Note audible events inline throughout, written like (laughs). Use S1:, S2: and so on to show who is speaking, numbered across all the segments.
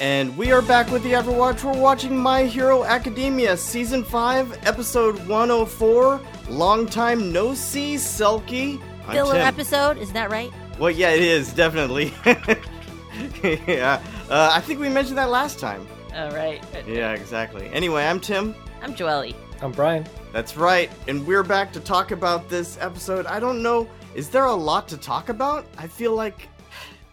S1: we're back with the Afterwatch. We're watching My Hero Academia Season 5, Episode 104. Long time no see, Selkie. I'm
S2: filler
S1: Tim.
S2: episode, is that right?
S1: Well, yeah, it is, definitely. (laughs) yeah. Uh, I think we mentioned that last time.
S2: All right.
S1: Yeah, exactly. Anyway, I'm Tim.
S2: I'm Joelle.
S3: I'm Brian.
S1: That's right. And we're back to talk about this episode. I don't know. Is there a lot to talk about? I feel like.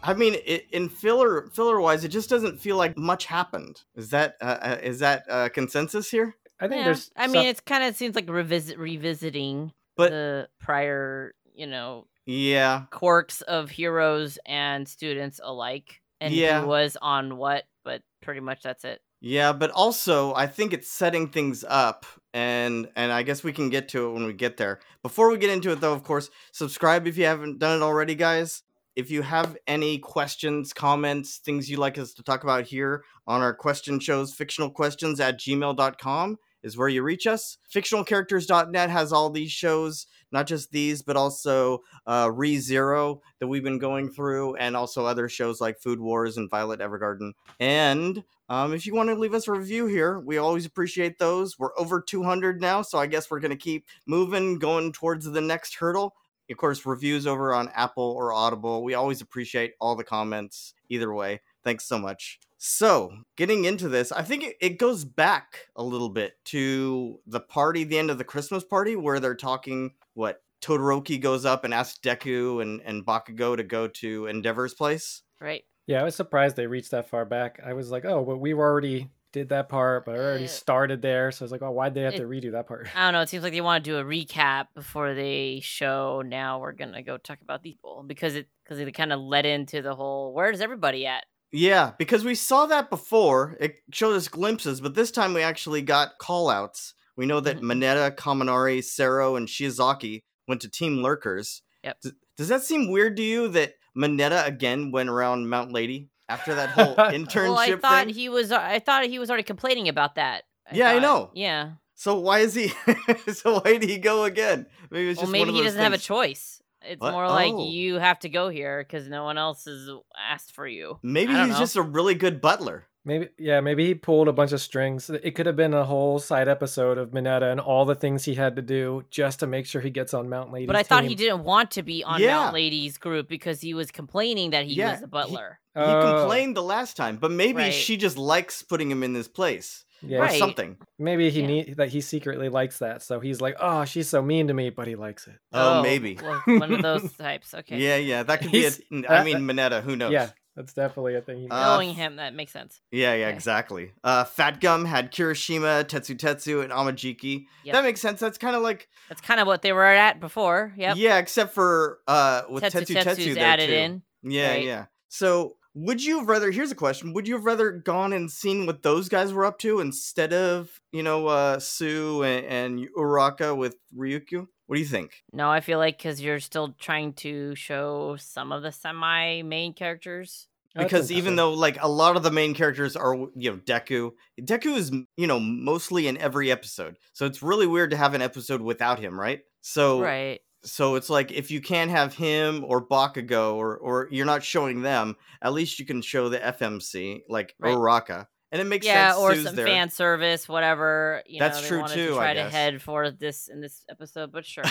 S1: I mean, i in filler filler wise, it just doesn't feel like much happened. Is that uh, uh, is that uh, consensus here?
S3: I think
S2: Yeah.
S3: there's.
S2: I mean,
S3: some-
S2: it's kind of seems like revisit revisiting
S1: But-
S2: the prior, you know,
S1: Yeah,
S2: quirks of heroes and students alike, and
S1: Yeah.
S2: who was on what. But pretty much that's it.
S1: yeah. But also, I think it's setting things up, and and I guess we can get to it when we get there. Before we get into it, though, of course, subscribe if you haven't done it already, guys. If you have any questions, comments, things you'd like us to talk about here on our question shows, fictionalquestions at gmail.com is where you reach us. Fictionalcharacters.net has all these shows, not just these, but also uh, ReZero that we've been going through, and also other shows like Food Wars and Violet Evergarden. And um, if you want to leave us a review here, we always appreciate those. We're over 200 now, so I guess we're going to keep moving, going towards the next hurdle of course, reviews over on Apple or Audible. We always appreciate all the comments either way. Thanks so much. So, getting into this, I think it, it goes back a little bit to the party, the end of the Christmas party, where they're talking what Todoroki goes up and asks Deku and, and Bakugo to go to Endeavor's place.
S2: Right.
S3: yeah, I was surprised they reached that far back. I was like, oh, but we were already did that part, but I already
S2: Uh,
S3: started there. So I was like, oh, why'd they have to
S2: it-
S3: redo that part? (laughs)
S2: I don't know. It seems like they want to do a recap before they show. Now we're gonna go talk about these people because it because it kind of led into the whole. Where's everybody at?
S1: Yeah, because we saw that before. It showed us glimpses, but this time we actually got callouts. We know that
S2: Mhm.
S1: Mineta, Kaminari, Sero, and Shiozaki went to Team Lurkers.
S2: Yep.
S1: D- does that seem weird to you that Mineta again went around Mount Lady after that whole internship
S2: (laughs) Well, I thought
S1: thing?
S2: he was. I thought he was already complaining about that.
S1: Yeah, I
S2: thought.
S1: know.
S2: Yeah.
S1: So why is he? (laughs) so why did he go again? Maybe it's
S2: Well,
S1: just
S2: maybe
S1: one of
S2: he
S1: those
S2: doesn't have a
S1: things.
S2: choice. It's
S1: What?
S2: more like
S1: Oh.
S2: you have to go here because no one else has asked for you.
S1: Maybe
S2: I don't
S1: he's
S2: know.
S1: just a really good butler.
S3: Maybe, yeah, maybe he pulled a bunch of strings. It could have been a whole side episode of Mineta and all the things he had to do just to make sure he gets on Mount Lady.
S2: But I thought he didn't want to be on
S1: Yeah.
S2: Mount Lady's group because he was complaining that he
S1: Yeah,
S2: was
S1: he-
S2: the butler.
S3: Oh,
S1: he complained the last time, but maybe
S2: Right.
S1: she just likes putting him in this place
S3: Yeah,
S1: or
S2: Right.
S1: something.
S3: Oh, maybe he
S2: Yeah.
S3: need that he secretly likes that. So he's like, oh, she's so mean to me, but he likes it.
S1: Oh, maybe.
S2: well, one of
S1: (laughs)
S2: those types. Okay,
S1: Yeah, yeah, that could be. A,
S3: He's-
S1: n- I
S3: that-
S1: mean, Mineta. Who knows?
S3: Yeah, that's definitely a thing. He,
S1: Uh,
S2: knowing him, that makes sense.
S1: yeah, yeah,
S2: Okay.
S1: exactly. Uh, Fat Gum had Kirishima, Tetsu Tetsu, and Amajiki.
S2: Yep.
S1: That makes sense. That's kind of like
S2: That's kind of what they were at before. Yep.
S1: yeah, except for uh, with
S2: Tetsu
S1: Tetsu Tetsu,
S2: Tetsu's
S1: there
S2: added
S1: too.
S2: in.
S1: Yeah,
S2: right?
S1: yeah. So would you have rather? Here's a question: Would you have rather gone and seen what those guys were up to instead of you know uh, Sue and, and Uraka with Ryukyu? What do you think?
S2: No, I feel like because you're still trying to show some of the semi main characters.
S3: that's
S1: because even
S3: interesting.
S1: though like a lot of the main characters are w- you know Deku, Deku is m- you know mostly in every episode, so it's really weird to have an episode without him, right? So
S2: Right.
S1: so it's like if you can't have him or Bakugo or or you're not showing them, at least you can show the FMC like
S2: Right.
S1: Uraka, and it makes
S2: yeah,
S1: sense.
S2: or
S1: Sue's
S2: some
S1: there. (laughs)
S2: fan service, whatever. You
S1: That's
S2: know, they
S1: true
S2: wanted
S1: too,
S2: To
S1: I
S2: try to
S1: guess.
S2: head for this in this episode,
S1: (laughs)
S2: but sure,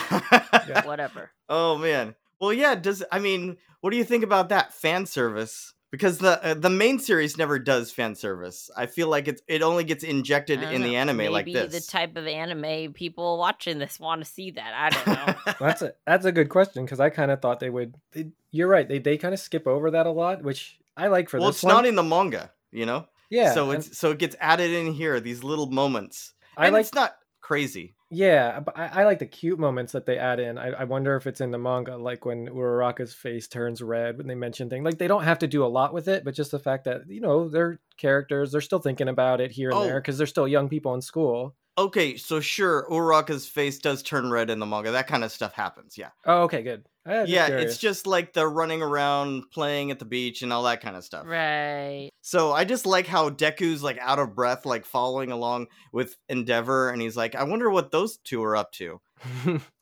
S2: whatever.
S1: Oh man. Well, yeah. Does I mean, what do you think about that fan service? Because the uh, the main series never does fan service. I feel like it's it only gets injected
S2: I don't
S1: in the
S2: know.
S1: anime
S2: Maybe
S1: like this.
S2: the
S1: (laughs)
S2: type of anime people watching this want to see that. I don't know.
S3: that's a that's a good question because I kind of thought they would. They, you're right. They they kind of skip over that a lot, which I like for
S1: well,
S3: this
S1: it's
S3: one.
S1: not in the manga, you know.
S3: yeah,
S1: So
S3: and
S1: it's so it gets added in here. These little moments.
S3: I
S1: and
S3: like
S1: It's not crazy.
S3: yeah, but I, I like the cute moments that they add in. I, I wonder if it's in the manga, like when Uraraka's face turns red when they mention things. Like they don't have to do a lot with it, but just the fact that you know they're characters, they're still thinking about it here and
S1: Oh.
S3: there because they're still young people in school.
S1: Okay, so sure, Uraka's face does turn red in the manga. That kind of stuff happens. Yeah.
S3: Oh, okay, good. I was just
S1: yeah,
S3: curious.
S1: it's just like the running around, playing at the beach, and all that kind of (laughs) stuff.
S2: right.
S1: So I just like how Deku's like out of breath, like following along with Endeavor, and he's like, "I wonder what those two are up to."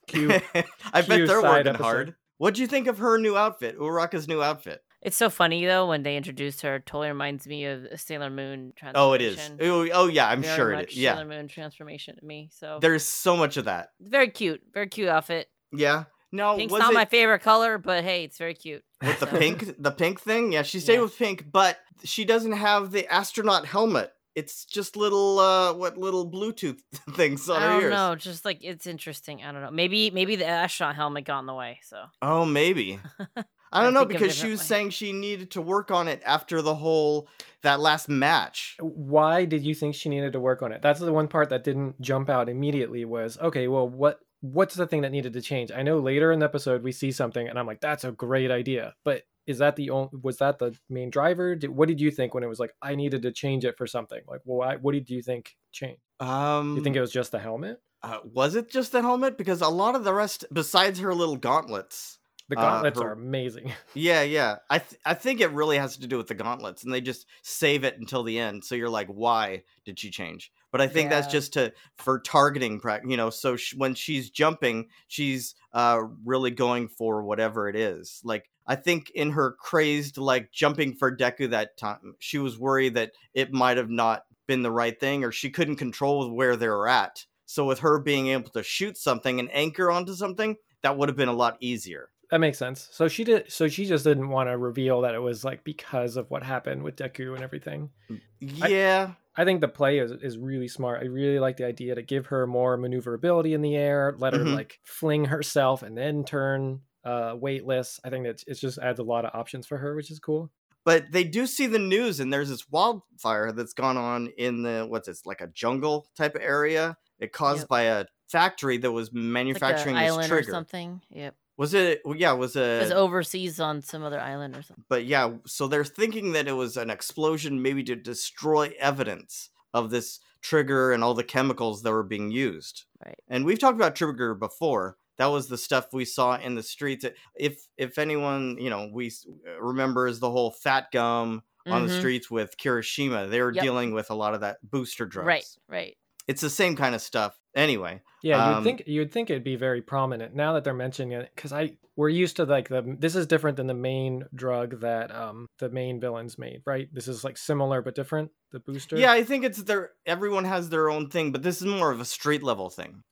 S3: cute.
S1: I bet
S3: (laughs)
S1: (laughs)
S3: cute
S1: they're
S3: side
S1: working
S3: episode.
S1: hard. What do you think of her new outfit, Uraka's new outfit?
S2: It's so funny though when they introduced her. It totally reminds me of Sailor Moon transformation.
S1: Oh, it is. Oh, oh, yeah, I'm
S2: Very
S1: sure
S2: much
S1: it is. Yeah,
S2: Sailor Moon transformation to me. So
S1: there's so much of that.
S2: very cute, very cute outfit.
S1: Yeah. No,
S2: Pink's
S1: Oh, was
S2: not
S1: it
S2: my favorite color, but hey, it's very cute.
S1: (laughs) with the
S2: so-
S1: pink, the pink thing? Yeah, she stayed
S2: Yeah.
S1: with pink, but she doesn't have the astronaut helmet. It's just little, uh, what little Bluetooth (laughs) things on
S2: I
S1: her
S2: don't
S1: ears.
S2: know. Just like it's interesting. I don't know. Maybe maybe the astronaut helmet got in the way. So
S1: Oh,
S2: (laughs)
S1: maybe. I
S2: I
S1: don't know
S2: think of
S1: because she
S2: different
S1: was
S2: way.
S1: saying she needed to work on it after the whole that last match.
S3: why did you think she needed to work on it that's the one part that didn't jump out immediately was okay well what what's the thing that needed to change i know later in the episode we see something and i'm like that's a great idea but is that the only was that the main driver did, what did you think when it was like i needed to change it for something like why what did you think changed
S1: Um,
S3: you think it was just the helmet
S1: uh, was it just the helmet? Because a lot of the rest, besides her little gauntlets,
S3: the
S1: Uh,
S3: gauntlets
S1: her-
S3: are amazing (laughs)
S1: yeah, yeah, I th- I think it really has to do with the gauntlets, and they just save it until the end. So you're like, why did she change? But I think that's
S2: Yeah.
S1: just to for targeting practice, you know. So sh- when she's jumping, she's uh really going for whatever it is. Like I think in her crazed like jumping for Deku that time, she was worried that it might have not been the right thing, or she couldn't control where they were at. So with her being able to shoot something and anchor onto something, that would have been a lot easier.
S3: that makes sense so she did so she just didn't want to reveal that it was like because of what happened with deku and everything I-
S1: Yeah.
S3: I think the play is, is really smart. I really like the idea to give her more maneuverability in the air, let her
S1: Mhm.
S3: like fling herself and then turn uh, weightless. I think that it just adds a lot of options for her, which is cool.
S1: but they do see the news and there's this wildfire that's gone on in the what's this like a jungle type of area it caused
S2: Yep.
S1: by a factory that was
S2: It's like an
S1: manufacturing Uh, this
S2: island or
S1: trigger
S2: something. Yep.
S1: was it well, yeah was
S2: It
S1: it
S2: was overseas on some other island or something.
S1: but yeah so they're thinking that it was an explosion maybe to destroy evidence of this trigger and all the chemicals that were being used
S2: Right.
S1: and we've talked about trigger before that was the stuff we saw in the streets if if anyone you know we s- remembers the whole fat gum on the
S2: Mhm.
S1: streets with Kirishima. They were
S2: Yep.
S1: dealing with a lot of that booster drugs.
S2: Right. Right.
S1: It's the same kind of stuff. Anyway,
S3: Yeah, you'd
S1: Um,
S3: think you'd think it'd be very prominent now that they're mentioning it because I we're used to like the this is different than the main drug that um the main villains made, right? This is like similar but different. The booster.
S1: yeah, I think it's their everyone has their own thing, but this is more of a street level thing.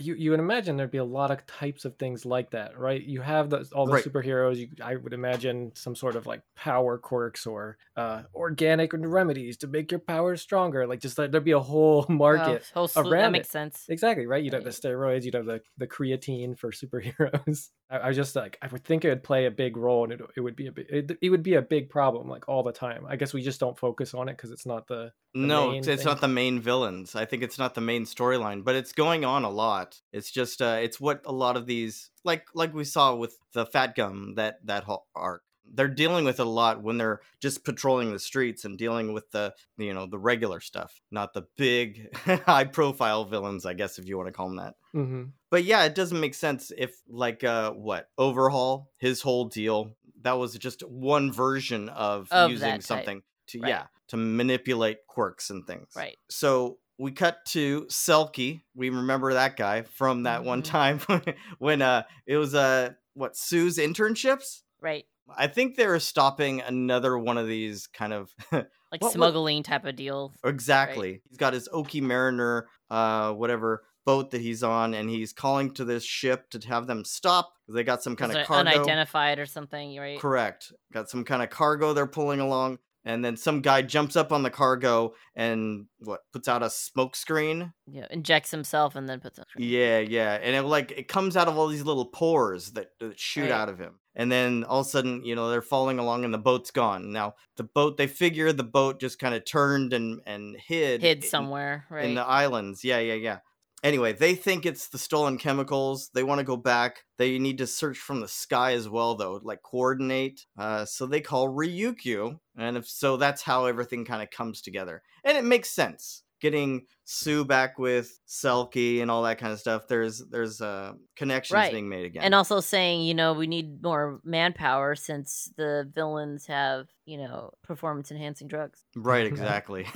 S3: you you would imagine there'd be a lot of types of things like that, right? You have the, all the
S1: Right.
S3: superheroes. You, I would imagine some sort of like power quirks or uh, organic remedies to make your power stronger. Like just like, there'd be a whole (laughs) market.
S2: Well, whole slew- that
S3: rabbit.
S2: makes sense.
S3: Exactly right. You'd have the
S2: Right.
S3: steroids. You'd have the, the creatine for (laughs) superheroes. I, I was just like, I would think it would play a big role, and it, it would be a big, it, it would be a big problem like all the time. I guess we just don't focus on it because it's not the
S1: no,
S3: main
S1: it's, it's
S3: thing.
S1: not the main villains. I think it's not the main storyline, but it's going on a lot. It's just uh it's what a lot of these like like we saw with the fat gum that that whole arc. They're dealing with it a lot when they're just patrolling the streets and dealing with the you know the regular stuff, not the big (laughs) high profile villains, I guess if you want to call them that.
S3: hmm
S1: but yeah it doesn't make sense if like uh what overhaul his whole deal that was just one version of,
S2: Of
S1: using
S2: that type,
S1: something to
S2: right.
S1: yeah to manipulate quirks and things
S2: Right.
S1: so we cut to selkie we remember that guy from that one
S2: Mhm.
S1: time (laughs) when uh it was uh what sue's internships
S2: Right.
S1: i think they were stopping another one of these kind of (laughs)
S2: Like
S1: What would-
S2: smuggling type of deal.
S1: Exactly. He's got his Oki Mariner, uh, whatever boat that he's on, and he's calling to this ship to have them stop. They got some kind
S2: Those
S1: of
S2: are
S1: cargo.
S2: unidentified or something, right?
S1: Correct. Got some kind of cargo they're pulling along, and then some guy jumps up on the cargo and what puts out a smoke screen.
S2: Yeah. Injects himself and then puts it.
S1: Yeah, yeah, and it like it comes out of all these little pores that, that shoot
S2: Right.
S1: out of him, and then all of a sudden, you know, they're falling along, and the boat's gone. Now the boat, they figure the boat just kind of turned and and hid
S2: hid
S1: in-
S2: somewhere, right?
S1: in the islands. Yeah, yeah, yeah. Anyway, they think it's the stolen chemicals. They want to go back. They need to search from the sky as well, though, like coordinate. Uh, so they call Ryukyu, and if so, that's how everything kind of comes together, and it makes sense. Getting Sue back with Selkie and all that kind of stuff. There's there's uh, connections
S2: Right.
S1: being made again.
S2: and also saying, you know, we need more manpower since the villains have, you know, performance enhancing drugs.
S1: (laughs) Right,
S3: Yeah.
S1: exactly.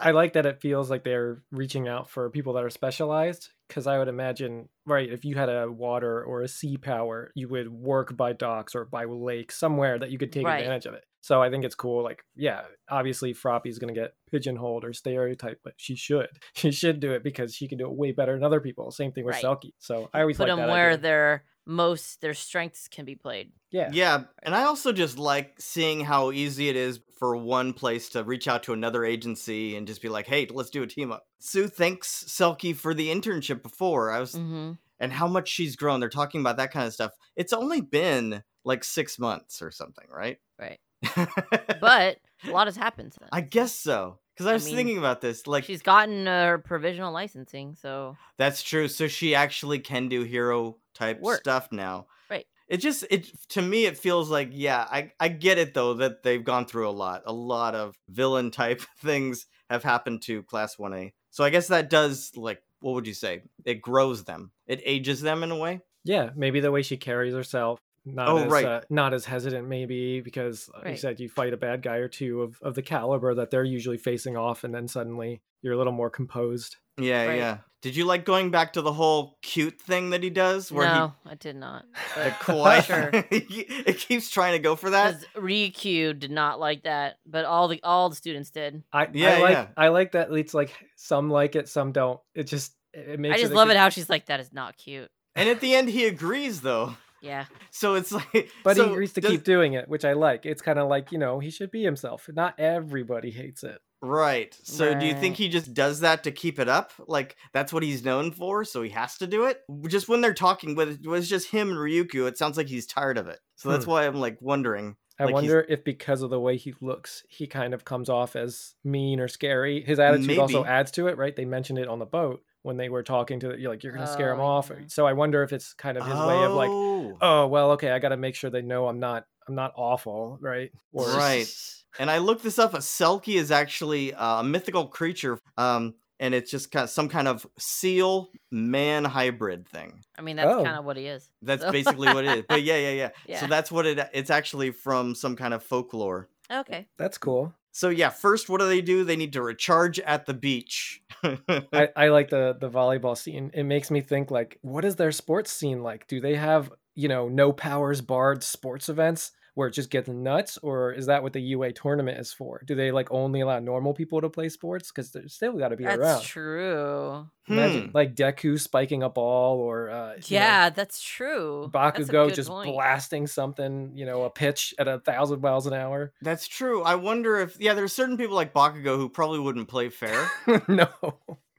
S3: I like that it feels like they're reaching out for people that are specialized because I would imagine, right, if you had a water or a sea power, you would work by docks or by lake somewhere that you could take
S2: Right.
S3: advantage of it. So I think it's cool. Like, yeah, obviously Froppy's going to get pigeonholed or stereotyped, but she should. (laughs) She should do it because she can do it way better than other people. Same thing with
S2: Right.
S3: Selkie. So I always
S2: put
S3: like
S2: them
S3: that
S2: where
S3: idea.
S2: their most their strengths can be played.
S3: yeah.
S1: Yeah, and I also just like seeing how easy it is for one place to reach out to another agency and just be like, "Hey, let's do a team up." Sue thanks Selkie for the internship before. I was
S2: Mm-hmm.
S1: and how much she's grown. They're talking about that kind of stuff. It's only been like 6 months or something, right? (laughs)
S2: Right.
S1: but
S2: But a lot has happened since.
S1: I guess so. Cuz I
S2: I
S1: was
S2: mean,
S1: thinking about this like
S2: she's gotten uh, her provisional licensing, so
S1: That's true. So she actually can do hero type
S2: Work.
S1: stuff now.
S2: Right.
S1: It just it to me it feels like yeah, I I get it though that they've gone through a lot. A lot of villain type (laughs) things have happened to class 1A. So I guess that does like what would you say? It grows them. It ages them in a way.
S3: Yeah, maybe the way she carries herself, not
S1: Oh,
S3: as
S1: right.
S3: uh, not as hesitant, maybe because like you
S2: Right.
S3: said you fight a bad guy or two of of the caliber that they're usually facing off, and then suddenly you're a little more composed.
S1: Yeah,
S2: Right.
S1: yeah. Did you like going back to the whole cute thing that he does where (laughs)
S2: no, (laughs) I did not.
S1: he the
S2: But
S1: kawaii? (laughs)
S2: Sure.
S1: it keeps trying to go for that.
S2: Because Riku did not like that, but all the all the students did.
S3: I
S1: Yeah,
S3: I like
S1: yeah.
S3: I like that it's like some like it, some don't. It just it it makes
S2: I just
S3: a
S2: love
S3: good-
S2: it how she's like, "That is not cute."
S1: And at the end he agrees though.
S2: Yeah,
S1: So it's like
S3: But
S1: so
S3: he agrees to
S1: does-
S3: keep doing it, which I like. It's kind of like you know he should be himself. Not everybody hates it.
S1: Right. So do you think
S2: Right.
S1: he just does that to keep it up? Like that's what he's known for, so he has to do it? Just when they're talking with it was just him and Ryukyu, it sounds like he's tired of it. So that's
S3: Hmm.
S1: why I'm like wondering.
S3: I
S1: Like, he's-
S3: wonder if because of the way he looks, he kind of comes off as mean or scary. His attitude also
S1: Maybe.
S3: adds to it, right? They mentioned it on the boat when they were talking to you're like you're going to scare him
S2: Oh,
S3: off.
S2: yeah.
S3: So I wonder if it's kind of his way of like,
S1: Oh.
S3: oh, well, okay, I got to make sure they know I'm not I'm not awful, right?
S1: Right. And I looked this up. A Selkie is actually uh, a mythical creature, um, and it's just kind of some kind of seal man hybrid thing.
S2: I mean that's
S3: Oh.
S2: kind of what he is.
S1: That's
S2: So-
S1: basically what it is. But yeah, yeah, yeah,
S3: (laughs)
S2: Yeah.
S1: So that's what it. It's actually from some kind of folklore.
S2: Okay.
S3: That's cool.
S1: So yeah, first, what do they do? They need to recharge at the beach.
S3: I, I like the the volleyball scene. It makes me think like, what is their sports scene like? Do they have you know no powers barred sports events where it just gets nuts, or is that what the UA tournament is for? Do they like only allow normal people to play sports because they're still got to be
S2: That's
S3: around?
S2: true.
S3: Imagine
S1: Hmm.
S3: like Deku spiking a ball, or uh, you know,
S2: Yeah, that's true. That's a
S3: Bakugo
S2: good
S3: just
S2: point.
S3: blasting something, you know, a pitch at a thousand miles an hour. (laughs)
S1: That's true. I wonder if yeah, there's certain people like Bakugo who probably wouldn't play fair.
S3: no,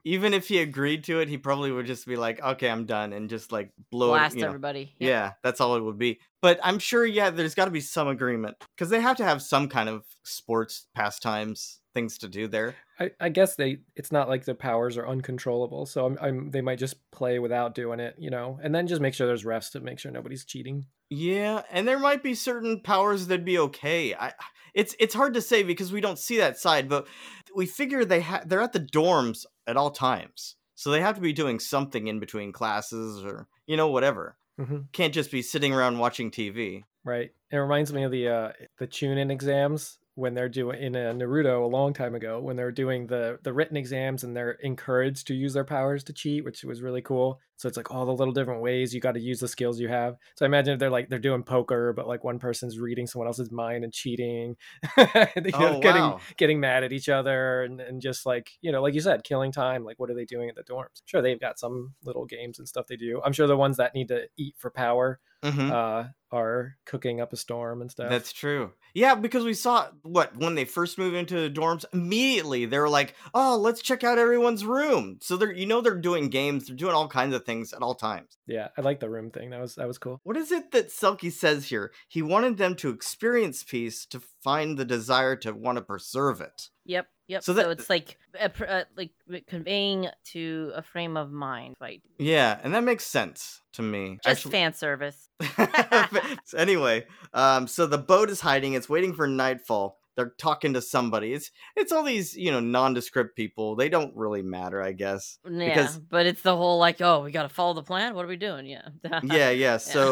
S1: Even if he agreed to it, he probably would just be like, "Okay, I'm done," and just like blow
S2: blast
S1: it. You know.
S2: everybody.
S1: Yeah. that's all it would be. But I'm sure, yeah, there's got to be some agreement because they have to have some kind of sports pastimes things to do there.
S3: I, I guess they it's not like the powers are uncontrollable so I'm, I'm they might just play without doing it you know and then just make sure there's refs to make sure nobody's cheating
S1: Yeah, and there might be certain powers that'd be okay. I it's it's hard to say because we don't see that side, but we figure they ha- they're at the dorms at all times. So they have to be doing something in between classes or you know whatever.
S3: Mhm.
S1: Can't just be sitting around watching
S3: (laughs)
S1: TV.
S3: right it reminds me of the uh the tune in exams when they're doing in uh, naruto a long time ago when they're doing the the written exams and they're encouraged to use their powers to cheat which was really cool so it's like all the little different ways you got to use the skills you have so i imagine if they're like they're doing poker but like one person's reading someone else's mind and cheating (laughs) you know,
S1: oh
S3: getting
S1: wow.
S3: getting mad at each other and, and just like you know like you said killing time like what are they doing at the dorms sure they've got some little games and stuff they do i'm sure the ones that need to eat for power
S1: Mhm.
S3: uh are cooking up a storm and stuff
S1: That's true. Yeah, because we saw what when they first moved into the dorms, immediately they were like, "Oh, let's check out everyone's room." So they're you know they're doing games, they're doing all kinds of things at all times.
S3: yeah i like the room thing that was that was cool
S1: What is it that Selkie says here? He wanted them to experience peace to find the desire to want to preserve it.
S2: Yep. Yep.
S1: So
S2: So,
S1: that-
S2: it's like a, pr- uh, like re- conveying to a frame of mind, right?
S1: Yeah, and that makes sense to me.
S2: Just fan service.
S1: (laughs) Actually- So anyway, um, so the boat is hiding. It's waiting for nightfall. They're talking to somebody. It's it's all these you know nondescript people. They don't really matter, I
S2: (laughs)
S1: guess.
S2: Yeah,
S1: Because-
S2: but it's the whole like, oh, we got to follow the plan. What are we doing? Yeah. (laughs)
S1: Yeah, yeah. So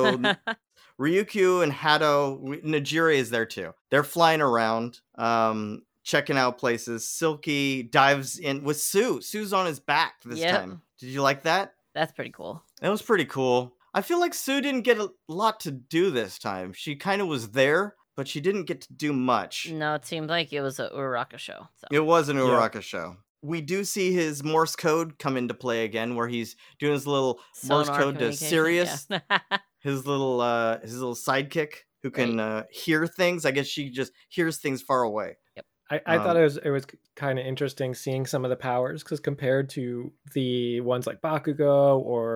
S1: Ryukyu and Hato, Najiri is there too. They're flying around. Um, checking out places. Silky dives in with Sue. Sue's on his back this
S2: Yep.
S1: time. Did you like that?
S2: That's pretty cool.
S1: That was pretty cool. I feel like Sue didn't get a lot to do this time. She kind of was there, but she didn't get to do much.
S2: No, it seemed like it was a Uraraka show. So.
S1: It was an
S3: Yeah.
S1: Uraraka show. We do see his Morse code come into play again, where he's doing his little Morse
S2: Sonar
S1: code to
S2: communication,
S1: Sirius,
S2: yeah. (laughs)
S1: his little uh, his little sidekick who can uh, hear things. I guess she just hears things far away.
S3: I, I
S1: Um,
S3: thought it was it was kind of interesting seeing some of the powers because compared to the ones like Bakugo or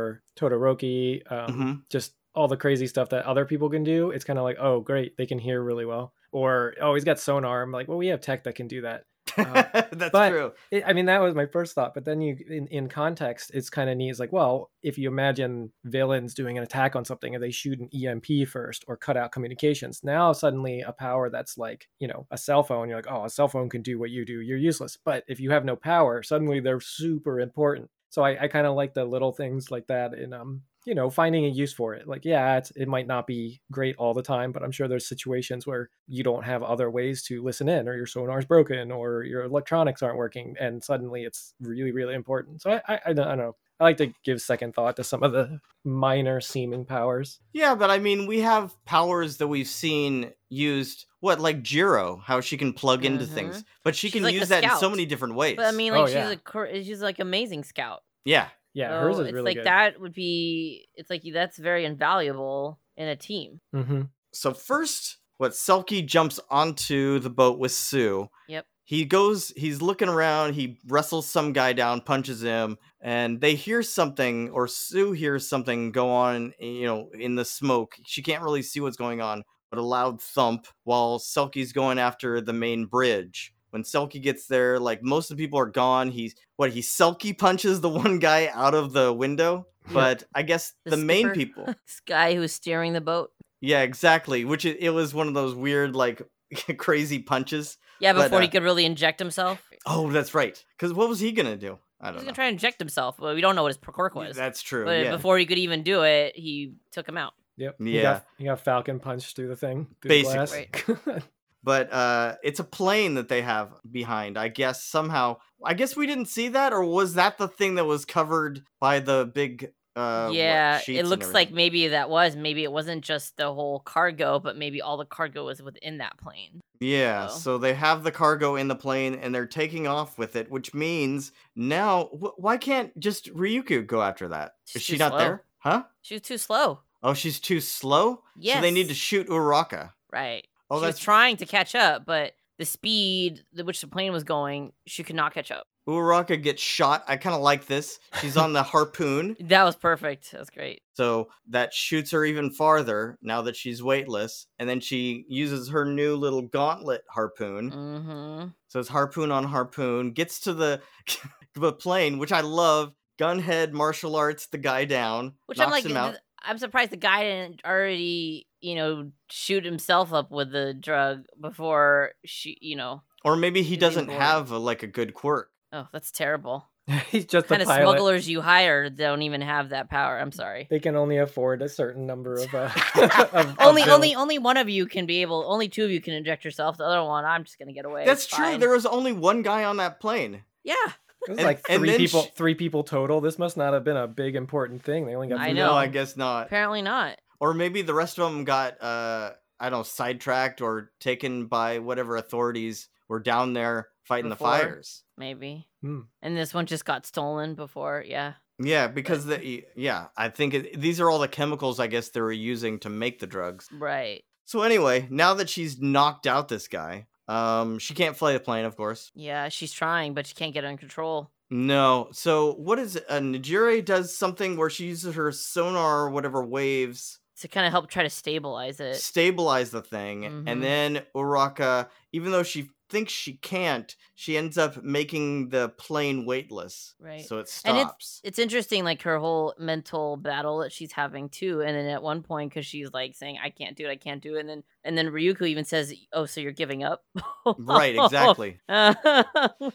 S3: Todoroki, um,
S1: hmm
S3: just all the crazy stuff that other people can do, it's kind of like oh great they can hear really well or oh he's got sonar. I'm like well we have tech that can do that. uh,
S1: (laughs) That's
S3: but-
S1: true.
S3: It, I mean, that was my first thought, but then you, in, in context, it's kind of neat. It's like, well, if you imagine villains doing an attack on something, and they shoot an EMP first or cut out communications, now suddenly a power that's like, you know, a cell phone, you're like, oh, a cell phone can do what you do, you're useless. But if you have no power, suddenly they're super important. So I, I kind of like the little things like that in um. You know, finding a use for it. Like, yeah, it's, it might not be great all the time, but I'm sure there's situations where you don't have other ways to listen in, or your sonar's broken, or your electronics aren't working, and suddenly it's really, really important. So I, I, I, don't, I don't know. I like to give second thought to some of the minor seeming powers.
S1: Yeah, but I mean, we have powers that we've seen used. What like Jiro, how she can plug into things, but she
S2: Mm-hmm. She's
S1: can
S2: like a
S1: use that in so
S2: scout.
S1: many different ways.
S2: But I mean, like
S3: Oh,
S2: she's
S3: yeah.
S2: a cor- she's like amazing scout.
S1: yeah,
S3: Yeah,
S2: So
S3: hers is
S2: Oh, it's
S3: really
S2: like
S3: good.
S2: that would be it's like that's very invaluable in a team.
S3: Mhm.
S1: So first, what Selkie jumps onto the boat with Sue.
S2: Yep.
S1: He goes. He's looking around. He wrestles some guy down, punches him, and they hear something, or Sue hears something go on. You know, in the smoke, she can't really see what's going on, but a loud thump while Selkie's going after the main bridge. When Selkie gets there, like most of the people are gone. He's what he Selkie punches the (laughs) one guy out of the window,
S3: Yeah.
S1: but I guess the main
S2: skipper.
S1: people.
S2: This guy who's steering the boat.
S1: Yeah, exactly. Which it, it was one of those weird, like (laughs) crazy punches.
S2: Yeah,
S1: But,
S2: before he
S1: uh,
S2: could really inject himself.
S1: Oh, that's right. Because what was he gonna do? I
S2: He was
S1: don't
S2: gonna
S1: know.
S2: try and inject himself, but we don't know what his percork was.
S1: That's true.
S2: but
S1: yeah.
S2: before he could even do it, he took him out.
S3: Yep. You
S1: Yeah.
S3: got, you got Falcon punched through the thing. Through The glass.
S1: But uh, it's a plane that they have behind. I guess somehow. I guess we didn't see that, or was that the thing that was covered by the big? Uh, what,
S2: yeah,
S1: sheets
S2: it
S1: and
S2: looks like
S1: everything?
S2: maybe that was maybe it wasn't just the whole cargo, but maybe all the cargo was within that plane.
S1: Yeah,
S2: so.
S1: so they have the cargo in the plane and they're taking off with it, which means now wh- why can't just Ryuku go after that? Is
S2: She's
S1: she
S2: too
S1: not
S2: slow.
S1: there? Huh?
S2: She was too slow.
S1: Oh, she's too slow.
S2: Yes,
S1: So they need to shoot Uraka.
S2: right.
S1: Oh,
S2: she was
S1: that's
S2: trying to catch up, but the speed at which the plane was going, she could not catch up.
S1: Uraka gets shot. I kind of like this. She's on
S2: (laughs)
S1: the harpoon,
S2: That was perfect. That was great.
S1: so that shoots her even farther now that she's weightless. And then she uses her new little gauntlet harpoon.
S2: hmm
S1: So it's harpoon on harpoon. Gets to the (laughs) the plane, which I love. Gunhead martial arts the guy down,
S2: Which
S1: knocks
S2: I'm like,
S1: him out.
S2: th- I'm surprised the guy didn't already, you know, shoot himself up with the drug before she, you know.
S1: or maybe he
S2: Maybe
S1: doesn't
S2: more.
S1: have a, like a good quirk.
S2: Oh, that's terrible.
S3: (laughs) He's just
S2: kind
S3: a
S2: of
S3: pilot.
S2: smugglers you hire don't even have that power. I'm sorry.
S3: They can only afford a certain number of. Uh, (laughs) of- of
S2: only,
S3: villains.
S2: only, only one of you can be able. Only two of you can inject yourself. The other one, I'm just gonna get away.
S1: That's
S2: It's
S1: true.
S2: fine.
S1: There was only one guy on that plane.
S2: yeah,
S3: It was
S1: And-
S3: like
S1: and
S3: three
S1: then
S3: people,
S1: she-
S3: three people total. This must not have been a big important thing. They only got.
S2: I
S3: three
S2: know.
S1: No, I guess not.
S2: apparently not.
S1: or maybe the rest of them got uh i don't know sidetracked or taken by whatever authorities were down there fighting
S2: Before.
S1: the fires
S2: Maybe.
S3: Hmm.
S2: And this one just got stolen before. Yeah.
S1: yeah because the yeah i think it, these are all the chemicals i guess they were using to make the drugs
S2: Right.
S1: so anyway now that she's knocked out this guy um she can't fly the plane of course
S2: Yeah. She's trying, but she can't get it under control.
S1: no so what is it uh, Najiri does something where she uses her sonar or whatever waves
S2: to kind of help try to stabilize it.
S1: stabilize the thing
S2: Mhm.
S1: and then uraka even though she thinks she can't she ends up making the plane weightless
S2: Right.
S1: so it
S2: And it's-
S1: stops
S2: It's interesting, like her whole mental battle that she's having too. And then at one point, because she's like saying, "I can't do it, I can't do it," and then and then Ryuku even says, "Oh, so you're giving up?" (laughs)
S1: right exactly
S2: Uh,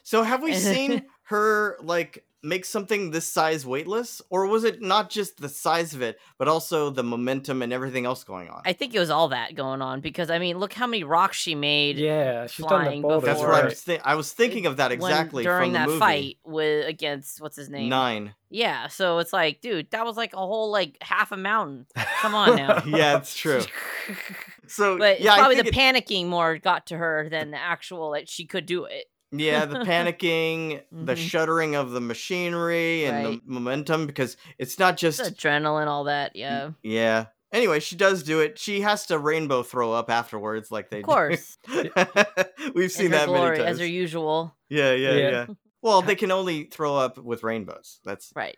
S1: so have we
S2: And- (laughs)
S1: seen her like make something this size weightless, or was it not just the size of it, but also the momentum and everything else going on?
S2: I think it was all that going on because I mean, look how many rocks she made.
S3: Yeah, she's done the
S2: flying
S3: boulder.
S1: That's
S2: before-
S1: what I was thinking. I was thinking of that
S2: when-
S1: exactly
S2: during
S1: from the
S2: that
S1: movie.
S2: fight with against what's his name. (laughs)
S1: Nine.
S2: Yeah, so it's like, dude, that was like a whole like half a mountain.
S1: (laughs)
S2: Come on now.
S1: Yeah, it's true. So
S2: (laughs) but
S1: yeah,
S2: it's
S1: I
S2: probably
S1: think
S2: the
S1: it-
S2: panicking more got to her than the actual that she could do it.
S1: yeah,
S2: (laughs)
S1: the panicking, the
S2: Mhm.
S1: shuddering of the machinery, and the
S2: Right.
S1: momentum because it's not just Mm,
S2: It's adrenaline, all that. Yeah,
S1: yeah. Anyway, she does do it. She has to rainbow throw up afterwards, like they
S2: of course.
S1: do. (laughs) We've
S2: In
S1: seen
S2: her
S1: that
S2: glory,
S1: many times.
S2: as her usual.
S1: Yeah, yeah, yeah,
S3: Yeah.
S1: Well,
S2: (laughs)
S1: they can only throw up with rainbows. That's (laughs)
S2: Right.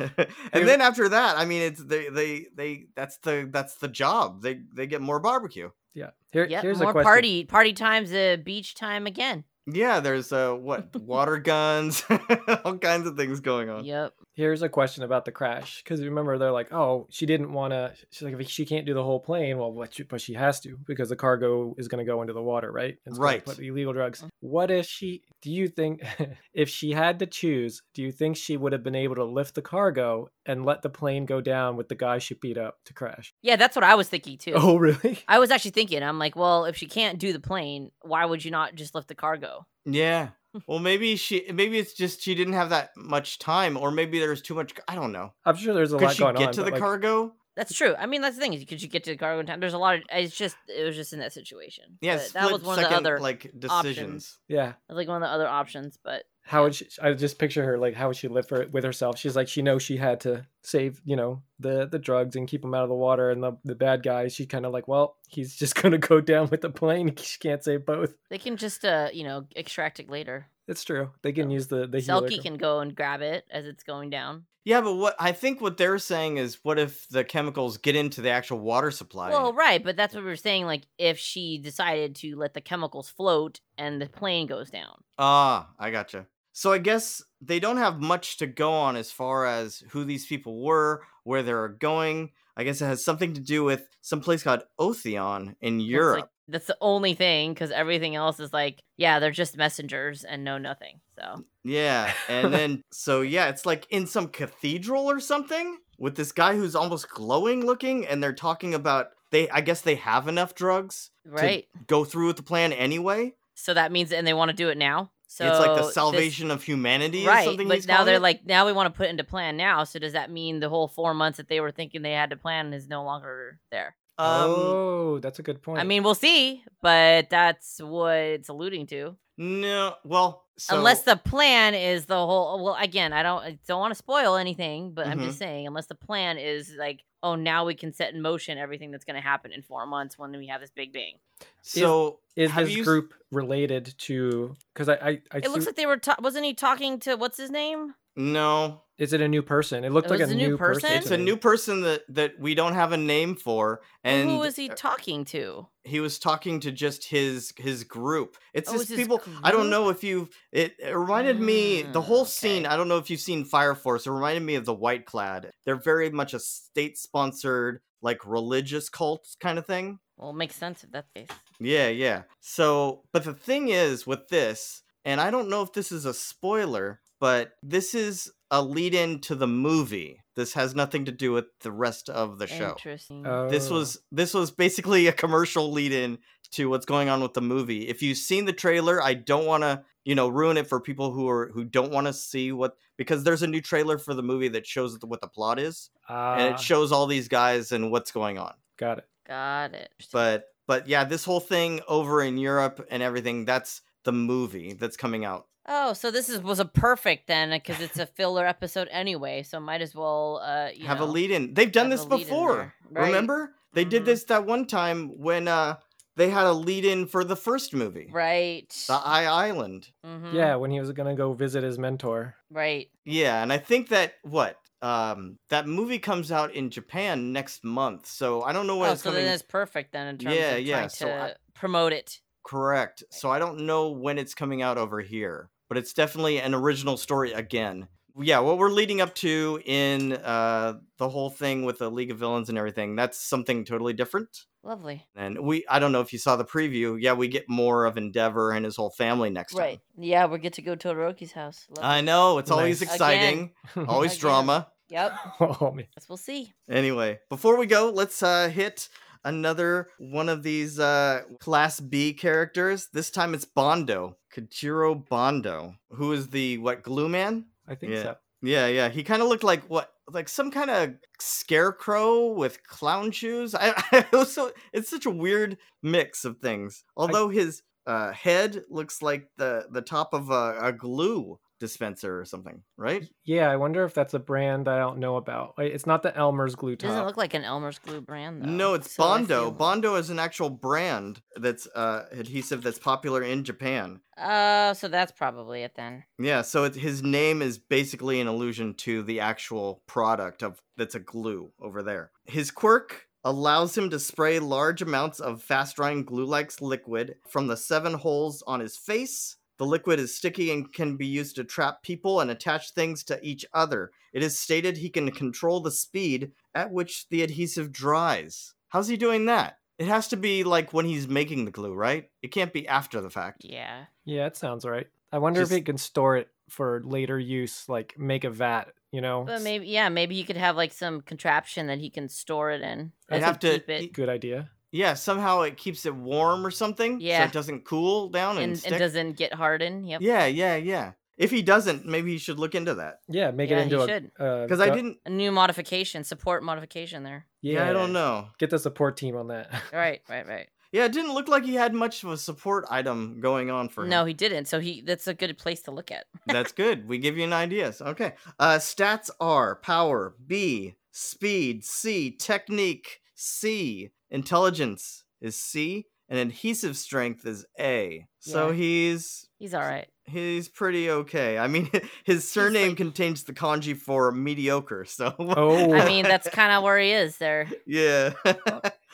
S1: and then after that, I mean, it's they, they, they. That's the that's the job. They they get more barbecue.
S3: yeah. Here,
S2: Yep.
S3: here's a
S2: More
S3: question.
S2: party, party times, the beach time again.
S1: Yeah, there's uh what water guns, (laughs) all kinds of things going on.
S2: Yep.
S3: Here's a question about the crash because remember they're like, oh, she didn't want to. She's like, if she can't do the whole plane, well, but she, but she has to because the cargo is going to go into the water, right? It's gonna
S1: Right.
S3: Put illegal drugs.
S2: Mm.
S3: What if she? Do you think (laughs) if she had to choose, do you think she would have been able to lift the cargo and let the plane go down with the guy she beat up to crash?
S2: Yeah, that's what I was thinking too.
S3: Oh, really? (laughs)
S2: I was actually thinking, I'm like, well, if she can't do the plane, why would you not just lift the cargo? (laughs)
S1: Yeah. Well, maybe she maybe it's just she didn't have that much time, or maybe there's too much. I don't know.
S3: I'm sure there's a
S1: Could
S3: lot
S1: she
S3: going
S1: get
S3: on.
S1: to
S3: but,
S1: the
S3: like,
S1: cargo?
S2: That's true. I mean, that's the thing is, could you get to the cargo in time? There's a lot of. It's just, it was just in that situation.
S1: Yeah,
S2: But
S1: split
S2: that was one
S1: second
S2: of the other, like,
S1: like decisions.
S3: Yeah.
S2: like one of the other options. But
S3: How would she? I just picture her like how would she live for with herself? She's like she knows she had to save you know the the drugs and keep them out of the water and the the bad guys. She kind of like well he's just (laughs) gonna go down with the plane. (laughs) She can't save both.
S2: they can just, uh, you know, extract it later.
S3: It's true. They can use the the healer.
S2: Selkie can go and grab it as it's going down.
S1: Yeah, but what I think what they're saying is, what if the chemicals get into the actual water supply?
S2: Well, right, but that's what we were saying. Like, if she decided to let the chemicals float and the plane goes down,
S1: Ah, I gotcha. So I guess they don't have much to go on as far as who these people were, where they're going. I guess it has something to do with some place called Otheon in
S2: It's like-
S1: Europe.
S2: that's the only thing because everything else is like, yeah, they're just messengers and know nothing. So
S1: Yeah. And
S2: (laughs)
S1: then, so yeah, it's like in some cathedral or something with this guy who's almost glowing looking, and they're talking about they, I guess they have enough drugs
S2: right,
S1: to go through with the plan anyway.
S2: so that means and they want to do it now. So
S1: it's like the
S2: this-
S1: salvation of humanity or
S2: right?
S1: something.
S2: Like
S1: he's
S2: now
S1: calling
S2: they're
S1: it.
S2: like now we want to put into plan now. So does that mean the whole four months that they were thinking they had to plan is no longer there?
S1: um,
S3: oh, that's a good point.
S2: I mean, we'll see, but that's what it's alluding to.
S1: no, well, so,
S2: unless the plan is the whole well again i don't I don't want to spoil anything but i'm
S1: Mhm.
S2: just saying unless the plan is like oh now we can set in motion everything that's going to happen in four months when we have this big bang
S1: so
S3: is
S1: have
S3: this
S1: you s-
S3: group related to? Because I I, I
S2: it looks
S3: see-
S2: like they were ta- wasn't he talking to what's his name
S1: No,
S3: is it a new person? It looked
S2: It
S3: like
S2: was
S3: a new, person.
S2: person?
S1: it's a new person that that we don't have a name for, and uh
S2: who was he talking to
S1: he was talking to just his his group. It's
S2: Oh,
S1: just
S2: it's his
S1: people. I don't know if you. It, it reminded me the
S2: Mm,
S1: whole scene.
S2: okay.
S1: I don't know if you've seen Fire Force. It reminded me of the White Clad. They're very much a state sponsored like religious cult kind of thing.
S2: well it makes sense if that's the case
S1: Yeah, yeah. So, but the thing is with this, and I don't know if this is a spoiler, but this is a lead in to the movie. This has nothing to do with the rest of the show.
S2: interesting
S1: This
S3: Oh.
S1: was this was basically a commercial lead in to what's going on with the movie. If you've seen the trailer, I don't want to, you know, ruin it for people who are who don't want to see what because there's a new trailer for the movie that shows what the plot is and
S3: Ah,
S1: it shows all these guys and what's going on
S3: got it.
S2: got it
S1: but but yeah this whole thing over in europe and everything that's the movie that's coming out
S2: oh so this is was a perfect then because
S1: (laughs)
S2: it's a filler episode anyway so might as well uh you
S1: have a
S2: know,
S1: lead in they've done
S2: have
S1: this
S2: a lead in
S1: before
S2: there, right?
S1: remember they did
S2: Mhm.
S1: this that one time when uh they had a lead in for the first movie
S2: right
S1: the i island
S2: Mhm.
S3: Yeah, when he was gonna go visit his mentor.
S2: right
S1: yeah and i think that what um that movie comes out in japan next month so i don't know when
S2: Oh,
S1: it's
S2: so
S1: coming
S2: then it's perfect then in terms
S1: Yeah,
S2: of
S1: yeah,
S2: trying
S1: so I-
S2: to promote it.
S1: correct so i don't know when it's coming out over here but it's definitely an original story again yeah, what we're leading up to in uh, the whole thing with the League of Villains and everything, that's something totally different.
S2: Lovely.
S1: And we, I don't know if you saw the preview. Yeah, we get more of Endeavor and his whole family next
S2: Right. Yeah, we get to go to Todoroki's house.
S1: time.
S2: Lovely.
S1: I know, it's always
S3: Nice.
S1: exciting, always
S2: (laughs) Again.
S1: drama.
S2: Yep.
S3: (laughs) oh man.
S2: Guess we'll see.
S1: Anyway, before we go, let's uh, hit another one of these uh, Class B characters. This time it's Bondo, Kajiro Bondo, who is the, what, glue man?
S3: I think
S1: Yeah.
S3: so.
S1: Yeah, yeah. He kind of looked like what, like some kind of scarecrow with clown shoes. I, (laughs) I also, it's such a weird mix of things. Although his uh, head looks like the the top of a, a glue dispenser or something, right?
S3: Yeah, I wonder if that's a brand I don't know about. Like, It's not the Elmer's glue
S2: It doesn't
S3: top.
S2: look like an Elmer's glue brand though.
S1: No, it's
S2: so I
S1: Bondo.
S2: feel-
S1: Bondo is an actual brand that's uh, adhesive that's popular in Japan.
S2: Uh, so that's probably it then.
S1: Yeah, so it, his name is basically an allusion to the actual product of that's a glue over there. His quirk allows him to spray large amounts of fast-drying glue-like liquid from the seven holes on his face. The liquid is sticky and can be used to trap people and attach things to each other. It is stated he can control the speed at which the adhesive dries. How's he doing that? It has to be like when he's making the glue, right? It can't be after the fact.
S2: Yeah.
S3: Yeah, it sounds right. I wonder if
S1: Just-
S3: it can store it for later use, like make a vat. You know,
S2: But
S3: S-
S2: maybe yeah, maybe you could have like some contraption that he can store it in.
S1: I'd
S2: That
S1: have
S2: could
S1: to-
S2: keep it
S3: good idea.
S1: Yeah, somehow it keeps it warm or something.
S2: Yeah.
S1: So it doesn't cool down and,
S2: and,
S1: stick.
S2: and doesn't get hardened. Yep.
S1: Yeah, yeah, yeah. If he doesn't, maybe he should look into that.
S3: Yeah, make
S2: Yeah,
S3: it into
S2: he
S3: a. uh,
S2: should.
S1: Because I didn't.
S2: A new modification, support modification there.
S1: Yeah, I don't know.
S3: Get the support team
S2: (laughs)
S3: on that. (laughs)
S2: Right, right, right.
S1: Yeah, it didn't look like he had much of a support item going on for him.
S2: No, he didn't. So he that's a good place to look at.
S1: (laughs) That's good. We give you an idea. So, Okay. Uh, stats are power, B, speed, C, technique, C, intelligence is C, and adhesive strength is A. So
S2: Yeah.
S1: he's
S2: He's
S1: (laughs)
S2: all right.
S1: He's pretty okay. I mean, (laughs) his surname
S2: like-
S1: contains the kanji for mediocre, so (laughs)
S3: Oh.
S2: I mean, that's kind of where he is there.
S1: yeah,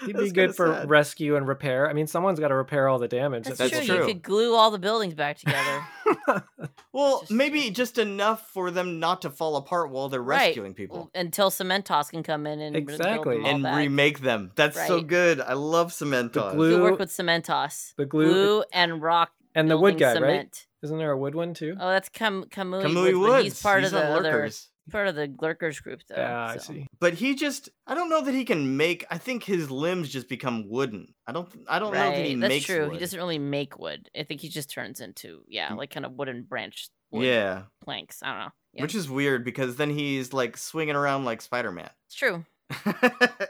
S3: He'd
S1: That's kinda
S3: be good for
S1: sad.
S3: rescue and repair. I mean, someone's got to repair all the damage.
S2: That's,
S3: that
S1: That's
S2: true.
S3: people
S1: true.
S2: You could glue all the buildings back
S3: (laughs)
S2: together.
S1: (laughs) well,
S2: Just-
S1: maybe just enough for them not to fall apart while they're
S2: Right.
S1: rescuing people
S2: Well, Until Cementos can come in and build them
S3: Exactly.
S2: all
S1: and
S2: back.
S1: remake them. That's so
S2: Right.
S1: good. I love Cementos.
S2: You could
S3: glue-
S2: work with Cementos.
S3: The glue,
S2: Glue, and rock
S3: and the wood
S2: building
S3: guy, right?
S2: cement.
S3: Isn't there a wood one too?
S2: Oh, that's Kam- Kamui,
S1: Kamui
S2: Woods, but
S1: Woods.
S2: He's part of the
S1: on
S2: other,
S1: lurkers.
S2: part of the lurkers group though.
S3: yeah, Ah, I
S2: so.
S3: see.
S1: But he just—I don't know that he can make. I think his limbs just become wooden. I don't—I don't know that he
S2: That's
S1: makes
S2: true. He
S1: wood.
S2: doesn't really make wood. I think he just turns into yeah,
S1: Mm.
S2: like kind of wooden branch wood
S1: Yeah,
S2: planks. I don't know. Yeah.
S1: which is weird because then he's like swinging around like Spider-Man.
S2: it's true.
S1: (laughs)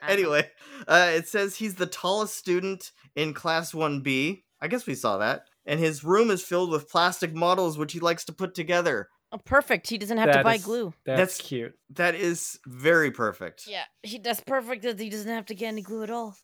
S1: anyway, uh, it says he's the tallest student in class 1B. I guess we saw that. And his room is filled with plastic models which he likes to put together.
S2: Oh, perfect. He doesn't have to
S3: That
S2: buy
S3: is-
S2: glue.
S3: That's,
S1: That's-
S3: cute.
S1: That is very perfect.
S2: Yeah, he that's perfect. That he doesn't have to get any glue at all.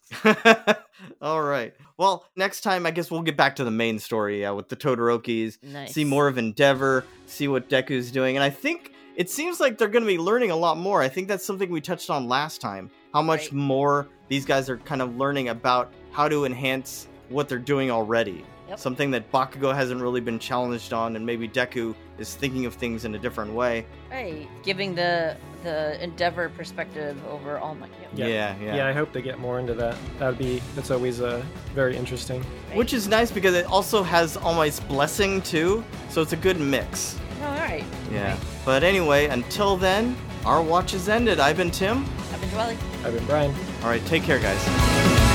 S1: (laughs) All right. Well, next time I guess we'll get back to the main story uh, with the Todorokis,
S2: Nice.
S1: see more of Endeavor, see what Deku's doing. And I think it seems like they're going to be learning a lot more. I think that's something we touched on last time. How much
S2: Right.
S1: more these guys are kind of learning about how to enhance what they're doing already.
S2: Yep.
S1: Something that Bakugo hasn't really been challenged on, and maybe Deku is thinking of things in a different way.
S2: Right, giving the the endeavor perspective over all my. Yep.
S3: Yeah.
S1: Yeah,
S3: Yeah. I hope they get more into that. That'd be. That's always uh, very interesting.
S1: Which is nice because it also has Almight's blessing too, so it's a good mix.
S2: all right.
S1: Yeah. But anyway, until then, our watch is ended. I've been Tim.
S2: I've been dwelling.
S3: I've been Brian.
S1: All right, take care, guys.